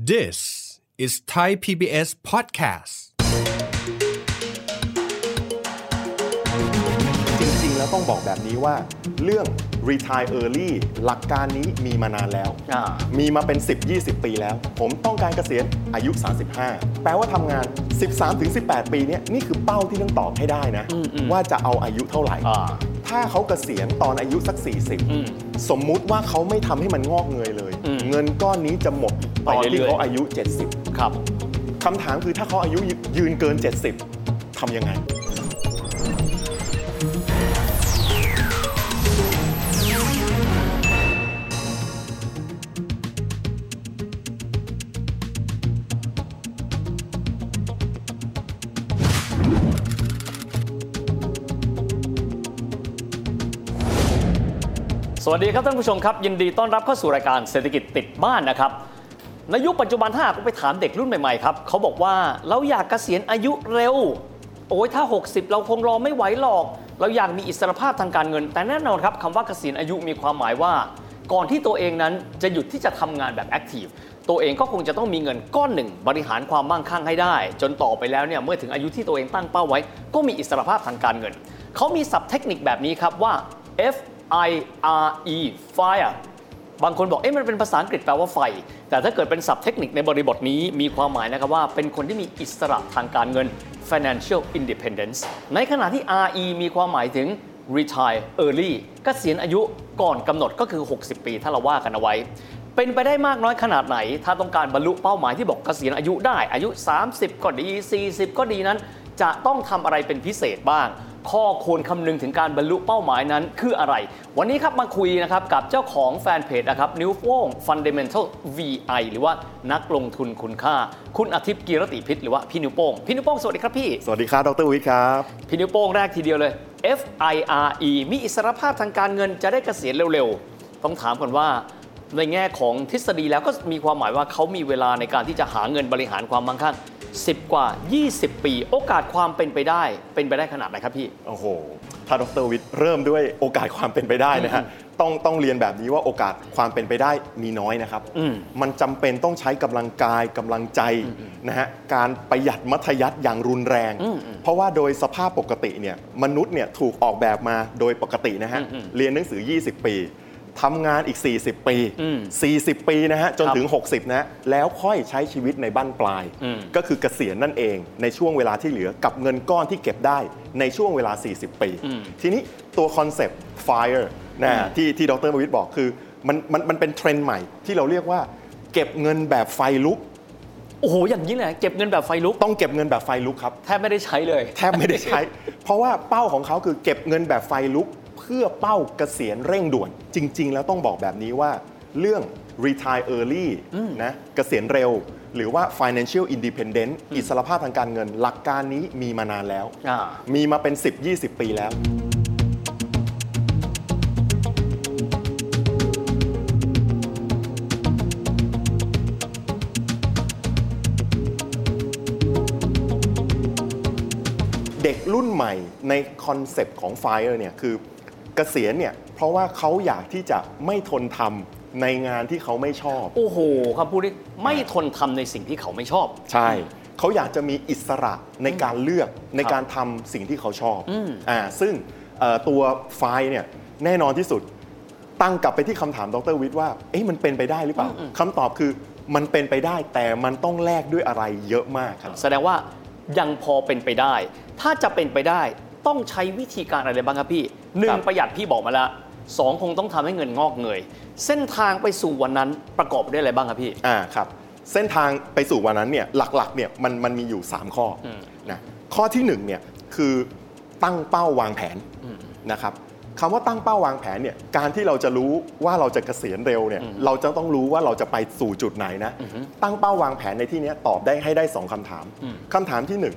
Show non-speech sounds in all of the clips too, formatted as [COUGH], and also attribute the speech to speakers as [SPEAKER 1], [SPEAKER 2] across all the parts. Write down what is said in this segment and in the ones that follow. [SPEAKER 1] This is Thai PBS podcast.
[SPEAKER 2] จริงๆ แล้วต้องบอกแบบนี้ว่าเรื่อง retire early หลักการนี้มีมานานแล้ว
[SPEAKER 3] อ่า
[SPEAKER 2] มีมาเป็น 10-20 ปีแล้ว ผมต้องการเกษียณอายุ 35 แปลว่าทำงาน 13-18 ปีเนี่ยนี่คือเป้าที่ต้องตอบให้ได้นะ ว่าจะเอาอายุเท่าไหร่
[SPEAKER 3] อ่า
[SPEAKER 2] ถ้าเขาเกษียณตอนอายุสัก
[SPEAKER 3] อืม
[SPEAKER 2] 40 สมมุติว่าเขาไม่ทำให้มันงอกเงยเลย
[SPEAKER 3] อืม
[SPEAKER 2] เงินก้อนนี้จะหมดตอน
[SPEAKER 3] ไปเรื่
[SPEAKER 2] ที่
[SPEAKER 3] อยๆ
[SPEAKER 2] เขาอายุ
[SPEAKER 3] ครับ
[SPEAKER 2] 70คำถามคือถ้าเขาอายุยืนเกิน 70ทำยังไง
[SPEAKER 3] สวัสดีครับท่านผู้ชมครับ ยินดีต้อนรับเข้าสู่รายการเศรษฐกิจติดบ้านนะครับในยุคปัจจุบันถ้าหากไปถามเด็กรุ่นใหม่ๆครับเขาบอกว่าเราอยากเกษียณอายุเร็ว โอ้ยถ้า 60 เราคงรอไม่ไหวหรอก เราอยากมีอิสรภาพทางการเงิน แต่แน่นอนครับคำว่าเกษียณอายุมีความหมายว่า ก่อนที่ตัวเองนั้นจะหยุดที่จะทำงานแบบแอคทีฟตัวเองก็คงจะต้องมีเงินก้อนหนึ่ง บริหารความมั่งคั่งให้ได้ จนต่อไปแล้วเนี่ยเมื่อถึงอายุที่ตัวเองตั้งเป้าไว้ ก็มีอิสรภาพทางการเงินเขามีศัพท์เทคนิคแบบนี้ครับว่า F I R E fire บางคนบอก เอ๊ะมันเป็นภาษาอังกฤษแปลว่าไฟ แต่ถ้าเกิดเป็นศัพท์เทคนิคในบริบทนี้มีความหมายนะครับว่าเป็นคนที่มีอิสระทางการเงิน financial independence ในขณะที่ RE มีความหมายถึง retire early เกษียณอายุก่อนกำหนดก็คือ 60 ปีถ้าเราว่ากันเอาไว้ เป็นไปได้มากน้อยขนาดไหน ถ้าต้องการบรรลุเป้าหมายที่บอกเกษียณอายุได้อายุ 30 ก็ดี 40 ก็ดีนั้น จะต้องทำอะไรเป็นพิเศษบ้าง ข้อควรคำนึงถึงการบรรลุเป้าหมายนั้นคืออะไร วันนี้ครับมาคุยนะครับกับเจ้าของแฟนเพจนะครับนิ้วโป้ง Fundamental VI หรือว่านักลงทุนคุณค่า คุณอาทิตย์กีรติพิษหรือว่าพี่นิ้วโป้ง พี่นิ้วโป้งสวัสดีครับพี่
[SPEAKER 2] สวัสดีครับดรวิทย์ครับ
[SPEAKER 3] พี่นิ้วโป้งแรกทีเดียวเลย FIRE มีอิสรภาพทางการเงินจะได้เกษียณเร็วๆ ต้องถามก่อนว่าในแง่ของทฤษฎีแล้วก็มีความหมายว่าเขามีเวลาในการที่จะหาเงินบริหารความมั่งคั่ง 10 กว่า 20 ปี โอกาสความเป็นไปได้เป็นไปได้ขนาดไหนครับพี่
[SPEAKER 2] โอ้โห ถ้าดรวิทย์เริ่มด้วยโอกาสความเป็นไปได้นะฮะ ต้องต้องเรียนแบบนี้ว่าโอกาสความเป็นไปได้มีน้อยนะครับ
[SPEAKER 3] อืม
[SPEAKER 2] มันจำเป็นต้องใช้กำลังกายกำลังใจนะฮะ การประหยัดมัธยัติอย่างรุนแรง เพราะว่าโดยสภาพปกติเนี่ยมนุษย์เนี่ยถูกออกแบบมาโดยปกตินะฮะ
[SPEAKER 3] อืม
[SPEAKER 2] เรียนหนังสือ 20 ปีทำงานอีก 40 ปี
[SPEAKER 3] อืม
[SPEAKER 2] 40 ปีนะฮะจน
[SPEAKER 3] ครับ
[SPEAKER 2] ถึง 60 นะฮะแล้วค่อยใช้ชีวิตในบ้านปลาย
[SPEAKER 3] อืม
[SPEAKER 2] ก็คือเกษียณนั่นเองในช่วงเวลาที่เหลือกับเงินก้อนที่เก็บได้ในช่วงเวลา 40 ปี
[SPEAKER 3] อืม
[SPEAKER 2] ทีนี้ตัวคอนเซปต์ fire นะ
[SPEAKER 3] อืม
[SPEAKER 2] ที่ที่ดรมวิทย์บอกคือมันมันมันเป็นเทรนด์ใหม่ที่เราเรียกว่า เก็บเงินแบบไฟลุก
[SPEAKER 3] โอ้โหอย่างนี้เลยเก็บเงินแบบไฟลุก
[SPEAKER 2] ต้องเก็บเงินแบบไฟลุกครับ
[SPEAKER 3] แทบไม่ได้ใช้เลย
[SPEAKER 2] แทบไม่ได้ใช้ [LAUGHS] เพราะว่าเป้าของเขาคือเก็บเงินแบบไฟลุก เพื่อเป้าเกษียณเร่งด่วน จริง ๆ แล้วต้องบอกแบบนี้ว่า เรื่อง retire early นะเกษียณเร็ว หรือว่า financial independent อิสรภาพทางการเงิน หลักการนี้มีมานานแล้ว
[SPEAKER 3] อ่า
[SPEAKER 2] มีมาเป็น 10-20 ปีแล้ว เด็กรุ่นใหม่ในคอนเซปต์ของ Fire เนี่ยคือเกษียณเนี่ยเพราะว่าเขาอยากที่จะไม่ทนทำในงานที่เขาไม่ชอบ
[SPEAKER 3] โอ้โหคำพูดนี้ไม่ทนทำในสิ่งที่เขาไม่ชอบ
[SPEAKER 2] ใช่ เขาอยากจะมีอิสระในการเลือกในการทำสิ่งที่เขาชอบอ่าซึ่งเอ่อตัวไฟล์เนี่ยแน่นอนที่สุด ตั้งกลับไปที่คำถามดรวิทย์ว่า เอ๊ะมันเป็นไปได้หรือเปล่าคำตอบคือมันเป็นไปได้แต่มันต้องแลกด้วยอะไรเยอะมากครับ
[SPEAKER 3] แสดงว่ายังพอเป็นไปได้ ถ้าจะเป็นไปได้ต้องใช้วิธีการอะไรบ้างครับพี่หนึ่
[SPEAKER 2] ครั
[SPEAKER 3] ง
[SPEAKER 2] บ
[SPEAKER 3] ประหยัดพี่บอกมาแล้วสองคงต้องทำให้เงินงอกเงย เส้นทางไปสู่วันนั้นประกอบด้วยอะไรบ้างครับพี่
[SPEAKER 2] อ่าครับเส้นทางไปสู่วันนั้นเนี่ยหลักๆเนี่ยมันมันมีอยู่ 3 ข้ออ
[SPEAKER 3] ม
[SPEAKER 2] นะข้อที่1เนี่ยคือตั้งเป้าวางแผนนะครับคำว่าตั้งเป้าวางแผนเนี่ยการที่เราจะรู้ว่าเราจะเกษียณเร็วเนี่ยเราจะต้องรู้ว่าเราจะไปสู่จุดไหนนะตั้งเป้าวางแผนในที่เนี้ยตอบได้ให้ได้ 2คำถาม
[SPEAKER 3] อืม
[SPEAKER 2] คำถามที่หนึ่ง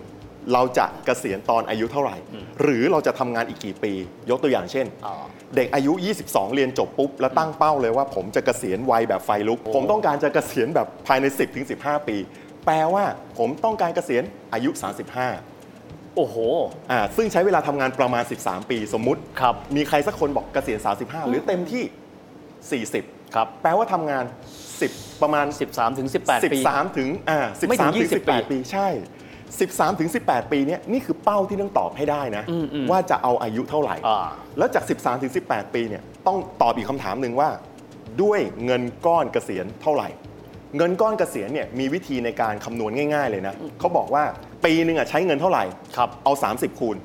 [SPEAKER 2] เราจะเกษียณตอนอายุเท่าไหร่ หรือเราจะทำงานอีกกี่ปี ยกตัวอย่างเช่น
[SPEAKER 3] อ๋อ
[SPEAKER 2] เด็กอายุ 22 เรียนจบปุ๊บ แล้วตั้งเป้าเลยว่าผมจะเกษียณวัยแบบไฟลุก
[SPEAKER 3] โอ้
[SPEAKER 2] ผมต้องการจะเกษียณแบบภายใน 10ถึง15 ปี แปลว่าผมต้องการเกษียณอายุ 35
[SPEAKER 3] โอ้โห
[SPEAKER 2] อ่าซึ่งใช้เวลาทำงานประมาณ 13 ปี สมมุติ
[SPEAKER 3] ครับ
[SPEAKER 2] มีใครสักคนบอกเกษียณ 35 หรือเต็มที่ 40
[SPEAKER 3] ครับ
[SPEAKER 2] แปลว่าทำงาน 10 ประมาณ
[SPEAKER 3] 13ถึง18 ปี
[SPEAKER 2] 13 ถึงอ่า
[SPEAKER 3] ไม่ถึง
[SPEAKER 2] 13ถึง
[SPEAKER 3] 20
[SPEAKER 2] 18 ปีใช่ 13 ถึง 18 ปีเนี่ยนี่คือเป้าที่ต้องตอบให้ได้นะ ว่าจะเอาอายุเท่าไหร่
[SPEAKER 3] อ่า
[SPEAKER 2] แล้วจาก 13 ถึง 18 ปีเนี่ยต้องตอบอีกคำถามหนึ่งว่า ด้วยเงินก้อนเกษียณเท่าไหร่ เงินก้อนเกษียณเนี่ยมีวิธีในการคำนวณง่าย ๆ เลยนะเขาบอกว่าปีหนึ่งอ่ะใช้เงินเท่าไหร่
[SPEAKER 3] ครับ
[SPEAKER 2] เอา 30 คูณ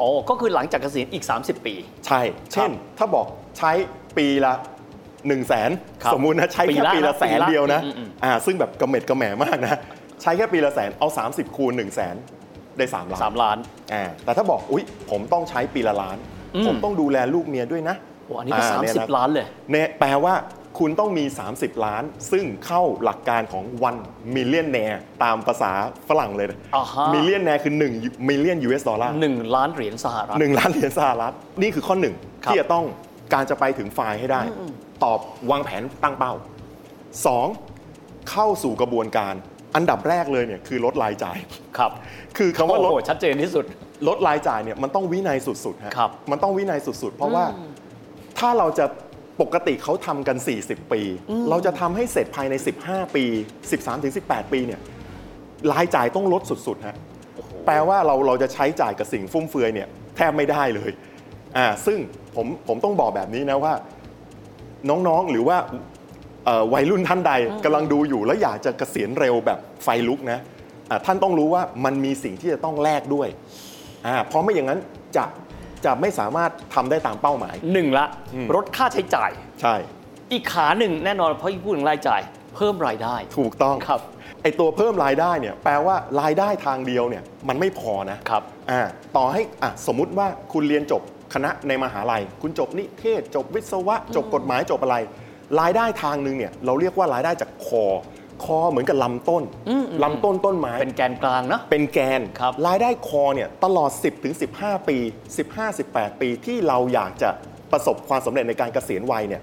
[SPEAKER 3] อ๋อ ก็คือหลังจากเกษียณอีก 30 ปี
[SPEAKER 2] ใช่ เช่น ถ้าบอกใช้ปีละ1นึ่งแสน
[SPEAKER 3] ครับ
[SPEAKER 2] สมมุตินะ ใช้แค่
[SPEAKER 3] ปี
[SPEAKER 2] ปี
[SPEAKER 3] ละ
[SPEAKER 2] ละแสนเดียวนะ
[SPEAKER 3] อืมอืมอืม
[SPEAKER 2] อ่าซึ่งแบบกระเม็ดกระแหม่มากนะ ใช้แค่ปีละแสน เอา 30 คูณ1นึ่งแสนได้ 3 ล้าน
[SPEAKER 3] 3 ล้าน
[SPEAKER 2] อ่าแต่ถ้าบอก อุ๊ย ผมต้องใช้ปีละล้าน
[SPEAKER 3] อืม
[SPEAKER 2] ผมต้องดูแลลูกเมียด้วยนะ
[SPEAKER 3] โอ้อันนี้ก็
[SPEAKER 2] อ่เนี่ยะ
[SPEAKER 3] 30 ล้านเลย
[SPEAKER 2] เนี่ยแปลว่าคุณต้องมี 30 ล้าน ซึ่งเข้าหลักการของ one million แนตามภาษาฝรั่งเลยนะ
[SPEAKER 3] อ่าฮะ
[SPEAKER 2] million แนคือ 1 million US ดอลลาร์
[SPEAKER 3] 1 ล้านเหรียญสหรัฐ
[SPEAKER 2] หนึ่งล้านเหรียญสหรัฐนี่คือข้อหนึ่ง
[SPEAKER 3] ครับ
[SPEAKER 2] ที่จะต้องการจะไปถึงไฟล์ให้ได้ ตอบวางแผนตั้งเป้า 2. เข้าสู่กระบวนการ อันดับแรกเลยเนี่ยคือลดรายจ่าย
[SPEAKER 3] ครับ
[SPEAKER 2] คือคำ
[SPEAKER 3] โอ้
[SPEAKER 2] ว่าลด
[SPEAKER 3] โหชัดเจนที่สุด
[SPEAKER 2] ลดรายจ่ายเนี่ยมันต้องวินัยสุดๆฮะ
[SPEAKER 3] ครับ
[SPEAKER 2] มันต้องวินัยสุดๆ เพราะว่าถ้าเราจะปกติเขาทำกัน 40 ปี เราจะทำให้เสร็จภายใน 15 ปี 13-18 ปีเนี่ยรายจ่ายต้องลดสุดๆฮะ แปลว่าเราเราจะใช้จ่ายกับสิ่งฟุ่มเฟือยเนี่ยแทบไม่ได้เลยอ่าซึ่งผมผมต้องบอกแบบนี้นะว่า น้องๆหรือว่าเอ่อวัยรุ่นท่านใดกำลังดูอยู่ แล้วอยากจะเกษียณเร็วแบบไฟลุกนะอ่าท่านต้องรู้ว่ามันมีสิ่งที่จะต้องแลกด้วยอ่าเพราะไม่อย่างนั้นจะจะไม่สามารถทำได้ตามเป้าหมาย
[SPEAKER 3] หนึ่งละลดค่าใช้จ่าย
[SPEAKER 2] ใช่
[SPEAKER 3] อีกขาหนึ่งแน่นอนเพราะพูดถึงรายจ่าย เพิ่มรายได้
[SPEAKER 2] ถูกต้อง
[SPEAKER 3] ครับ
[SPEAKER 2] ไอตัวเพิ่มรายได้เนี่ยแปลว่ารายได้ทางเดียวเนี่ยมันไม่พอนะ
[SPEAKER 3] ครับ
[SPEAKER 2] อ่าต่อให้อ่ะสมมุติว่าคุณเรียนจบคณะในมหาลัย คุณจบนิเทศ จบวิศวะ จบกฎหมายจบอะไร รายได้ทางหนึ่งเนี่ยเราเรียกว่ารายได้จากคอ คอเหมือนกับลำต้นลำต้นต้นไม้
[SPEAKER 3] เป็นแกนกลางนะ
[SPEAKER 2] เป็นแกน
[SPEAKER 3] ครับ
[SPEAKER 2] รายได้คอเนี่ยตลอด 10ถึง15 ปี 15 18 ปีที่เราอยากจะประสบความสำเร็จในการเกษียณวัยเนี่ย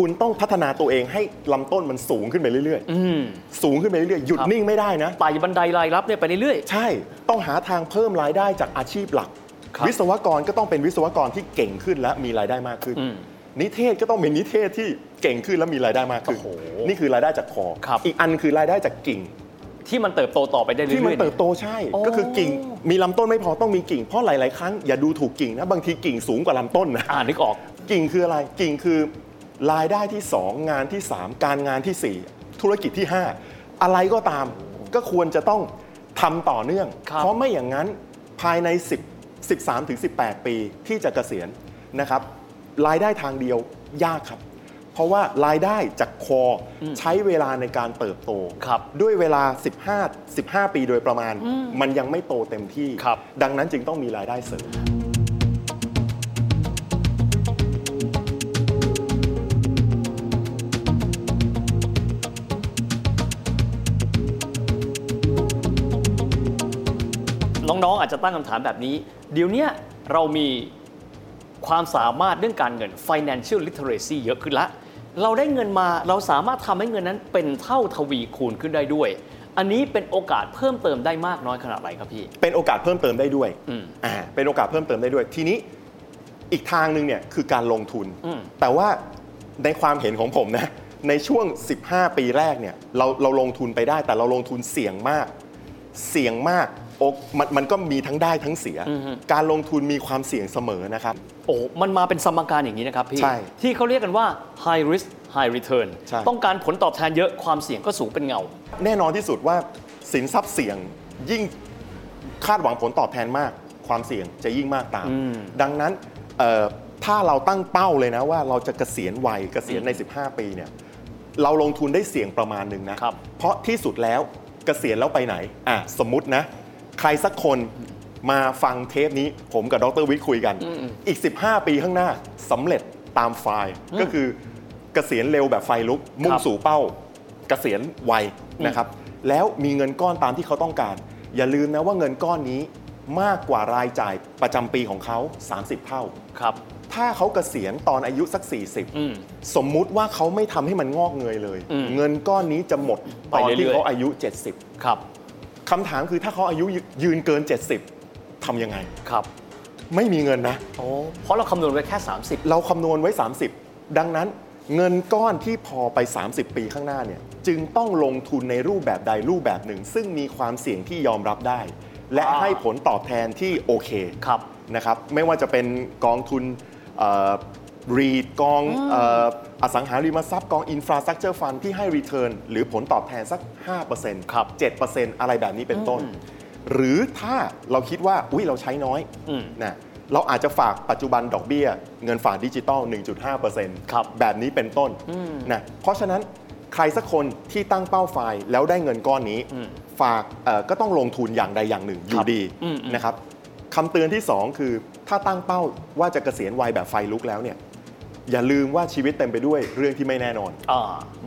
[SPEAKER 2] คุณต้องพัฒนาตัวเองให้ลำต้นมันสูงขึ้นไปเรื่อย
[SPEAKER 3] อืม
[SPEAKER 2] ๆ สูงขึ้นไปเรื่อยๆหยุดนิ่งไม่ได้นะ
[SPEAKER 3] ไต่บันไดรายรับเนี่ยไปเรื่อย
[SPEAKER 2] ใช่ ต้องหาทางเพิ่มรายได้จากอาชีพหลัก
[SPEAKER 3] ครับ
[SPEAKER 2] วิศวกรก็ต้องเป็นวิศวกรที่เก่งขึ้นและมีรายได้มากขึ้น
[SPEAKER 3] อืม
[SPEAKER 2] นิเทศก็ต้องเป็นนิเทศที่เก่งขึ้นและมีรายได้มากขึ้น
[SPEAKER 3] โอ้โห
[SPEAKER 2] นี่คือรายได้จากคอ
[SPEAKER 3] ครับ
[SPEAKER 2] อีกอันคือรายได้จากกิ่ง
[SPEAKER 3] ๆ ที่มันเติบโตต่อไปได้เรื่อยๆ
[SPEAKER 2] ที่มัน
[SPEAKER 3] เนี่ย
[SPEAKER 2] เติบโตใช่
[SPEAKER 3] โอ้
[SPEAKER 2] ก็คือกิ่ง มีลำต้นไม่พอต้องมีกิ่ง เพราะหลาย ๆ ครั้งอย่าดูถูกกิ่งนะ บางทีกิ่งสูงกว่าลำต้นนะ
[SPEAKER 3] อ่านึกออก
[SPEAKER 2] กิ่งคืออะไร กิ่งคือรายได้ที่ 2 งานที่ 3 การงานที่ 4 ธุรกิจที่ 5 อะไรก็ตามก็ควรจะต้องทำต่อเนื่อง
[SPEAKER 3] ครับ
[SPEAKER 2] เพราะไม่อย่างนั้นภายใน 10 13 ถึง 18 ปีที่จะเกษียณนะครับ รายได้ทางเดียวยากครับ เพราะว่ารายได้จากคออใช้เวลาในการเติบโต
[SPEAKER 3] ครับ
[SPEAKER 2] ด้วยเวลา 15 15 ปีโดยประมาณ มันยังไม่โตเต็มที่
[SPEAKER 3] ครับ
[SPEAKER 2] ดังนั้นจึงต้องมีรายได้เสริม
[SPEAKER 3] น้องๆ อาจจะตั้งคำถามแบบนี้ เดี๋ยวเนี้ยเรามีความสามารถเรื่องการเงิน financial literacy เยอะขึ้นละ เราได้เงินมาเราสามารถทำให้เงินนั้นเป็นเท่าทวีคูณขึ้นได้ด้วย อันนี้เป็นโอกาสเพิ่มเติมได้มากน้อยขนาดไหนครับพี่
[SPEAKER 2] เป็นโอกาสเพิ่มเติมได้ด้วย
[SPEAKER 3] อืม
[SPEAKER 2] อ่าเป็นโอกาสเพิ่มเติมได้ด้วย ทีนี้อีกทางหนึ่งเนี่ยคือการลงทุน
[SPEAKER 3] อืม
[SPEAKER 2] แต่ว่าในความเห็นของผมนะ ในช่วง 15 ปีแรกเนี่ยเราเราลงทุนไปได้ แต่เราลงทุนเสี่ยงมาก เสี่ยงมากโอกมันมันก็มีทั้งได้ทั้งเสีย
[SPEAKER 3] อือฮึ
[SPEAKER 2] การลงทุนมีความเสี่ยงเสมอนะครับ
[SPEAKER 3] โอ้มันมาเป็นสมการอย่างนี้นะครับพี่
[SPEAKER 2] ใช่
[SPEAKER 3] ที่เขาเรียกกันว่า high risk high return
[SPEAKER 2] ใช่
[SPEAKER 3] ต้องการผลตอบแทนเยอะความเสี่ยงก็สูงเป็นเงา
[SPEAKER 2] แน่นอนที่สุดว่าสินทรัพย์เสี่ยงยิ่งคาดหวังผลตอบแทนมาก ความเสี่ยงจะยิ่งมากตาม
[SPEAKER 3] อืม
[SPEAKER 2] ดังนั้นเอ่อถ้าเราตั้งเป้าเลยนะว่าเราจะเกษียณวัยเกษียณใน 15 ปีเนี่ยเราลงทุนได้เสี่ยงประมาณหนึ่งนะครับ เพราะที่สุดแล้วเกษียณแล้วไปไหนอ่ะสมมตินะ ใครสักคนมาฟังเทปนี้ผมกับดรวิทย์คุยกัน อีก 15 ปีข้างหน้าสำเร็จตามไฟล์ก็คือเกษียณเร็วแบบไฟลุกมุ่ง
[SPEAKER 3] ครับ
[SPEAKER 2] สู่ สู่เป้าเกษียณวัยนะครับ แล้วมีเงินก้อนตามที่เขาต้องการ อย่าลืมนะว่าเงินก้อนนี้มากกว่ารายจ่ายประจำปีของเขา 30 เท่า
[SPEAKER 3] ครับ
[SPEAKER 2] ถ้าเขาเกษียณตอนอายุสัก
[SPEAKER 3] อืม
[SPEAKER 2] 40 สมมุติว่าเขาไม่ทำให้มันงอกเงยเลย
[SPEAKER 3] อืม
[SPEAKER 2] เงินก้อนนี้จะหมด
[SPEAKER 3] ไป
[SPEAKER 2] ตอน
[SPEAKER 3] เรื่อยๆ
[SPEAKER 2] ที่เขาอายุ
[SPEAKER 3] ครับ
[SPEAKER 2] 70คำถามคือถ้าเขาอายุยืนเกิน 70ทำยังไง
[SPEAKER 3] ครับ
[SPEAKER 2] ไม่มีเงินนะ
[SPEAKER 3] โอ้ เพราะเราคำนวณไว้แค่ 30
[SPEAKER 2] เราคำนวณไว้ 30 ดังนั้น เงินก้อนที่พอไป 30 ปีข้างหน้าเนี่ยจึงต้องลงทุนในรูปแบบใดรูปแบบหนึ่ง ซึ่งมีความเสี่ยงที่ยอมรับได้ และ
[SPEAKER 3] อ่า
[SPEAKER 2] ให้ผลตอบแทนที่โอเค
[SPEAKER 3] ครับ
[SPEAKER 2] นะครับไม่ว่าจะเป็นกองทุนรีดกองเอ่ออสังหาริมทรัพย์กองอินฟราสตรักเจอร์ฟันที่ให้รีเทิร์นหรือผลตอบแทนสัก 5%
[SPEAKER 3] ครับ
[SPEAKER 2] 7%อะไรแบบนี้เป็นต้น หรือถ้าเราคิดว่า อุ้ยเราใช้น้อย
[SPEAKER 3] อืม
[SPEAKER 2] นะเราอาจจะฝากปัจจุบันดอกเบี้ย เงินฝากดิจิตอล 1.5%
[SPEAKER 3] ครับ
[SPEAKER 2] แบบนี้เป็นต้นนะเพราะฉะนั้นใครสักคนที่ตั้งเป้าไฟล์แล้วได้เงินก้อนนี้
[SPEAKER 3] อืม
[SPEAKER 2] ฝากเอ่อก็ต้องลงทุนอย่างใดอย่างหนึ่งอ
[SPEAKER 3] ครั
[SPEAKER 2] ยู่
[SPEAKER 3] บ
[SPEAKER 2] ดี
[SPEAKER 3] อืมอืม
[SPEAKER 2] นะครับ คำเตือนที่ 2 คือถ้าตั้งเป้าว่าจะเกษียณวัยแบบไฟลุกแล้วเนี่ยอย่าลืมว่าชีวิตเต็มไปด้วยเรื่องที่ไม่แน่นอน
[SPEAKER 3] อ่า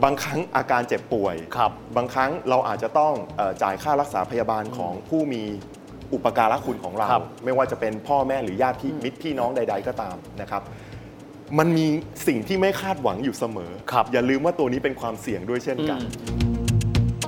[SPEAKER 2] บางครั้งอาการเจ็บป่วย
[SPEAKER 3] ครับ
[SPEAKER 2] งครั้งเราอาจจะต้องเออจ่ายค่ารักษาพยาบาลของผู้มีอุปการะคุณของเรา
[SPEAKER 3] ครับ
[SPEAKER 2] ไม่ว่าจะเป็นพ่อแม่หรือญาติพี่มิตรพี่น้องใด ๆ ก็ตามนะครับ มันมีสิ่งที่ไม่คาดหวังอยู่เสมอ
[SPEAKER 3] ครับ
[SPEAKER 2] อย่าลืมว่าตัวนี้เป็นความเสี่ยงด้วยเช่นกัน
[SPEAKER 3] อืม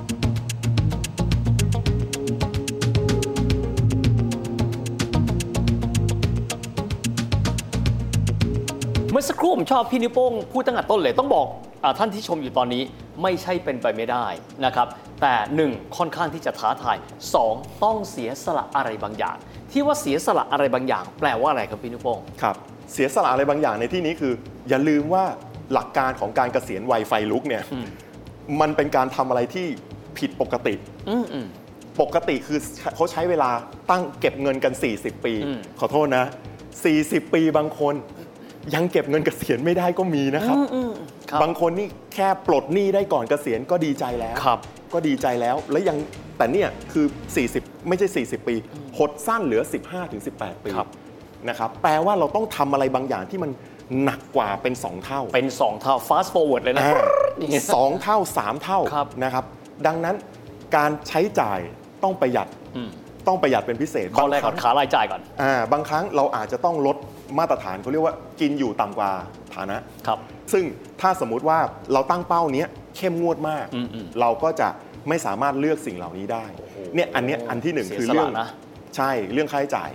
[SPEAKER 3] เมื่อสักครู่ผมชอบพี่นิวโป้งพูดตั้งแต่ต้นเลยต้องบอกอาท่านที่ชมอยู่ตอนนี้ไม่ใช่เป็นไปไม่ได้นะครับ แต่ 1. ค่อนข้างที่จะท้าทาย 2. ต้องเสียสละอะไรบางอย่าง ที่ว่าเสียสละอะไรบางอย่าง แปลว่าอะไรครับพี่นิวโป้ง
[SPEAKER 2] ครับเสียสละอะไรบางอย่างในที่นี้คือ อย่าลืมว่าหลักการของการเกษียณวัยไฟลุกเนี่ย
[SPEAKER 3] อืม
[SPEAKER 2] มันเป็นการทำอะไรที่ผิดปกติ
[SPEAKER 3] อืมอืม
[SPEAKER 2] ปกติคือเขาใช้เวลาตั้งเก็บเงินกัน 40 ปี
[SPEAKER 3] อืม
[SPEAKER 2] ขอโทษนะ 40 ปีบางคน ยังเก็บเงินเกษียณไม่ได้ก็มีนะครับ
[SPEAKER 3] ครับ
[SPEAKER 2] บางคนนี่แค่ปลดหนี้ได้ก่อนเกษียณก็ดีใจแล้ว
[SPEAKER 3] ครับ
[SPEAKER 2] ก็ดีใจแล้วและยังแต่เนี่ยคือ 40 ไม่ใช่ 40 ปีหดสั้นเหลือ 15-18 ปี
[SPEAKER 3] ครับ
[SPEAKER 2] นะครับแปลว่าเราต้องทำอะไรบางอย่างที่มันหนักกว่าเป็น 2 เท่า
[SPEAKER 3] เป็น 2 เท่า fast forward เลยนะ นี่ไง
[SPEAKER 2] สองเท่าสามเท่า
[SPEAKER 3] ครับ
[SPEAKER 2] นะครับ ดังนั้นการใช้จ่ายต้องประหยัด
[SPEAKER 3] อืม
[SPEAKER 2] ต้องประหยัดเป็นพิเศษ
[SPEAKER 3] ข้อแรกก่อน
[SPEAKER 2] บางครั้ง
[SPEAKER 3] ขารายจ่ายก่อน
[SPEAKER 2] อ่าบางครั้งเราอาจจะต้องลดมาตรฐานเขาเรียกว่ากินอยู่ต่ำกว่าฐานะ
[SPEAKER 3] ครับ
[SPEAKER 2] ซึ่งถ้าสมมุติว่าเราตั้งเป้าเนี้ยเข้มงวดมาก
[SPEAKER 3] อืมอืม
[SPEAKER 2] เราก็จะไม่สามารถเลือกสิ่งเหล่านี้ได้เนี่ยอันเนี้ยอันที่หนึ่ง
[SPEAKER 3] เสีย
[SPEAKER 2] คือ
[SPEAKER 3] สละ
[SPEAKER 2] เรื่อง
[SPEAKER 3] นะ
[SPEAKER 2] ใช่เรื่องค่าใช้จ่าย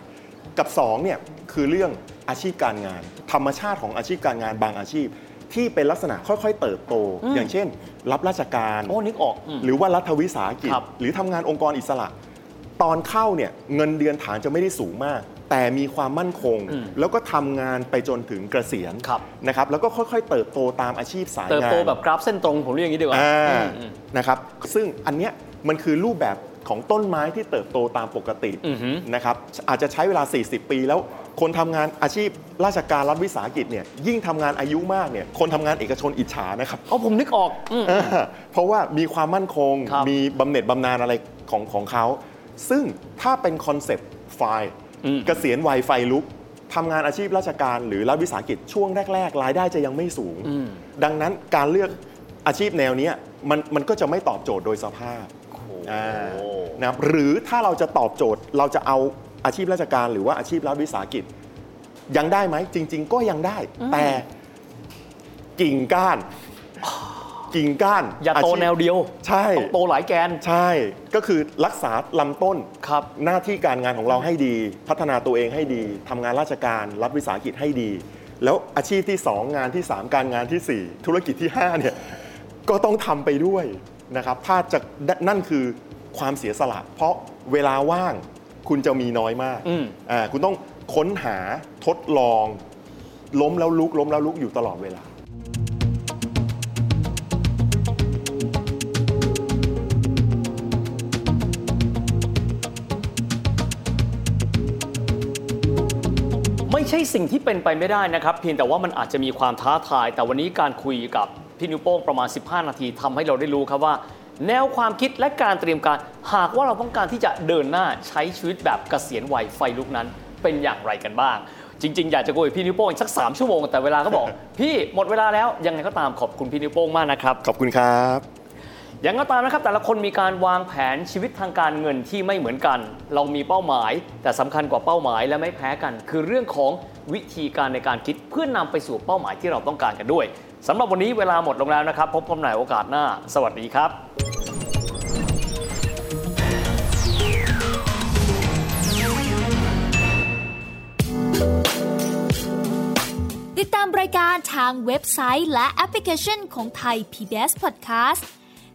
[SPEAKER 2] กับสองเนี่ยคือเรื่องอาชีพการงาน ธรรมชาติของอาชีพการงานบางอาชีพ ที่เป็นลักษณะค่อยๆ เติบโต อย่างเช่น รับราชการ
[SPEAKER 3] โอ้ นึกออกอืม
[SPEAKER 2] หรือว่ารัฐวิสาหกิจ
[SPEAKER 3] ครับ
[SPEAKER 2] หรือทำงานองค์กรอิสระ ตอนเข้าเนี่ยเงินเดือนฐานจะไม่ได้สูงมาก แต่มีความมั่นคง
[SPEAKER 3] อืม
[SPEAKER 2] แล้วก็ทำงานไปจนถึงเกษียณ
[SPEAKER 3] ครับ
[SPEAKER 2] นะครับแล้วก็ค่อยๆ เติบโตตามอาชีพสายงาน
[SPEAKER 3] เติบโตแบบกราฟเส้นตรง ผมเรียกอย่างนี้ดีกว่า
[SPEAKER 2] อ่า
[SPEAKER 3] อืมอืม
[SPEAKER 2] นะครับซึ่งอันเนี้ยมันคือรูปแบบของต้นไม้ที่เติบโตตามปกติ
[SPEAKER 3] อือหือ
[SPEAKER 2] นะครับอาจจะใช้เวลา 40 ปีแล้วคนทำงานอาชีพราชการรัฐวิสาหกิจเนี่ยยิ่งทำงานอายุมากเนี่ยคนทำงานเอกชนอิจฉานะครับ
[SPEAKER 3] เอาผมนึกออกอืม
[SPEAKER 2] เออ [LAUGHS] เพราะว่ามีความมั่นคง
[SPEAKER 3] ครับ
[SPEAKER 2] มีบำเหน็จบำนาญอะไรของของเขา ซึ่งถ้าเป็นคอนเซปต์ไฟล์
[SPEAKER 3] อืม
[SPEAKER 2] เกษียณวัยไฟลุกทำงานอาชีพราชการหรือรัฐวิสาหกิจช่วงแรก ๆ รายได้จะยังไม่สูง
[SPEAKER 3] อืม
[SPEAKER 2] ดังนั้นการเลือกอาชีพแนวเนี้ยมันมันก็จะไม่ตอบโจทย์โดยสภาพ อ่า
[SPEAKER 3] โอ้
[SPEAKER 2] นะครับหรือถ้าเราจะตอบโจทย์เราจะเอาอาชีพราชการหรือว่าอาชีพรัฐวิสาหกิจ ยังได้ไหมจริง ๆ ก็ยังได้ แต่กิ่งก้าน กิ่งก้าน
[SPEAKER 3] อย่าโต
[SPEAKER 2] ชีพ
[SPEAKER 3] แนวเดียว
[SPEAKER 2] ใช่
[SPEAKER 3] ต้องโตหลายแกน
[SPEAKER 2] ใช่ก็คือรักษาลำต้น
[SPEAKER 3] ครับ
[SPEAKER 2] หน้าที่การงานของเราให้ดี พัฒนาตัวเองให้ดีทำงานราชการรัฐวิสาหกิจให้ดี แล้วอาชีพที่ 2 งานที่ 3 การงานที่ 4 ธุรกิจที่5เนี่ยก็ต้องทำไปด้วยนะครับถ้าจะนั่นคือความเสียสละ เพราะเวลาว่างคุณจะมีน้อยมาก
[SPEAKER 3] อืม
[SPEAKER 2] อ่าคุณต้องค้นหาทดลอง ล้มแล้วลุกล้มแล้วลุกอยู่ตลอดเวลา
[SPEAKER 3] ไม่ใช่สิ่งที่เป็นไปไม่ได้นะครับ เพียงแต่ว่ามันอาจจะมีความท้าทาย แต่วันนี้การคุยกับพี่นิวโป้งประมาณ 15 นาทีทำให้เราได้รู้ครับว่า แนวความคิดและการเตรียมการ หากว่าเราต้องการที่จะเดินหน้าใช้ชีวิตแบบเกษียณวัยไฟลุกนั้นเป็นอย่างไรกันบ้าง จริง ๆ อยากจะคุยกับพี่นิวโป้งอีกสัก 3 ชั่วโมงแต่เวลาก็บอก พี่หมดเวลาแล้วยังไงก็ตามขอบคุณพี่นิวโป้งมากนะครับ
[SPEAKER 2] ขอบคุณครับ
[SPEAKER 3] อย่างก็ตามนะครับแต่ละคนมีการวางแผนชีวิตทางการเงินที่ไม่เหมือนกัน เรามีเป้าหมาย แต่สำคัญกว่าเป้าหมายและไม่แพ้กัน คือเรื่องของวิธีการในการคิดเพื่อนนำไปสู่เป้าหมายที่เราต้องการกันด้วยสำหรับวันนี้เวลาหมดลงแล้วนะครับ พบกันใหม่โอกาสหน้า สวัสดีครับ
[SPEAKER 4] ติดตามรายการทางเว็บไซต์และแอปพลิเคชันของไทย PBS Podcast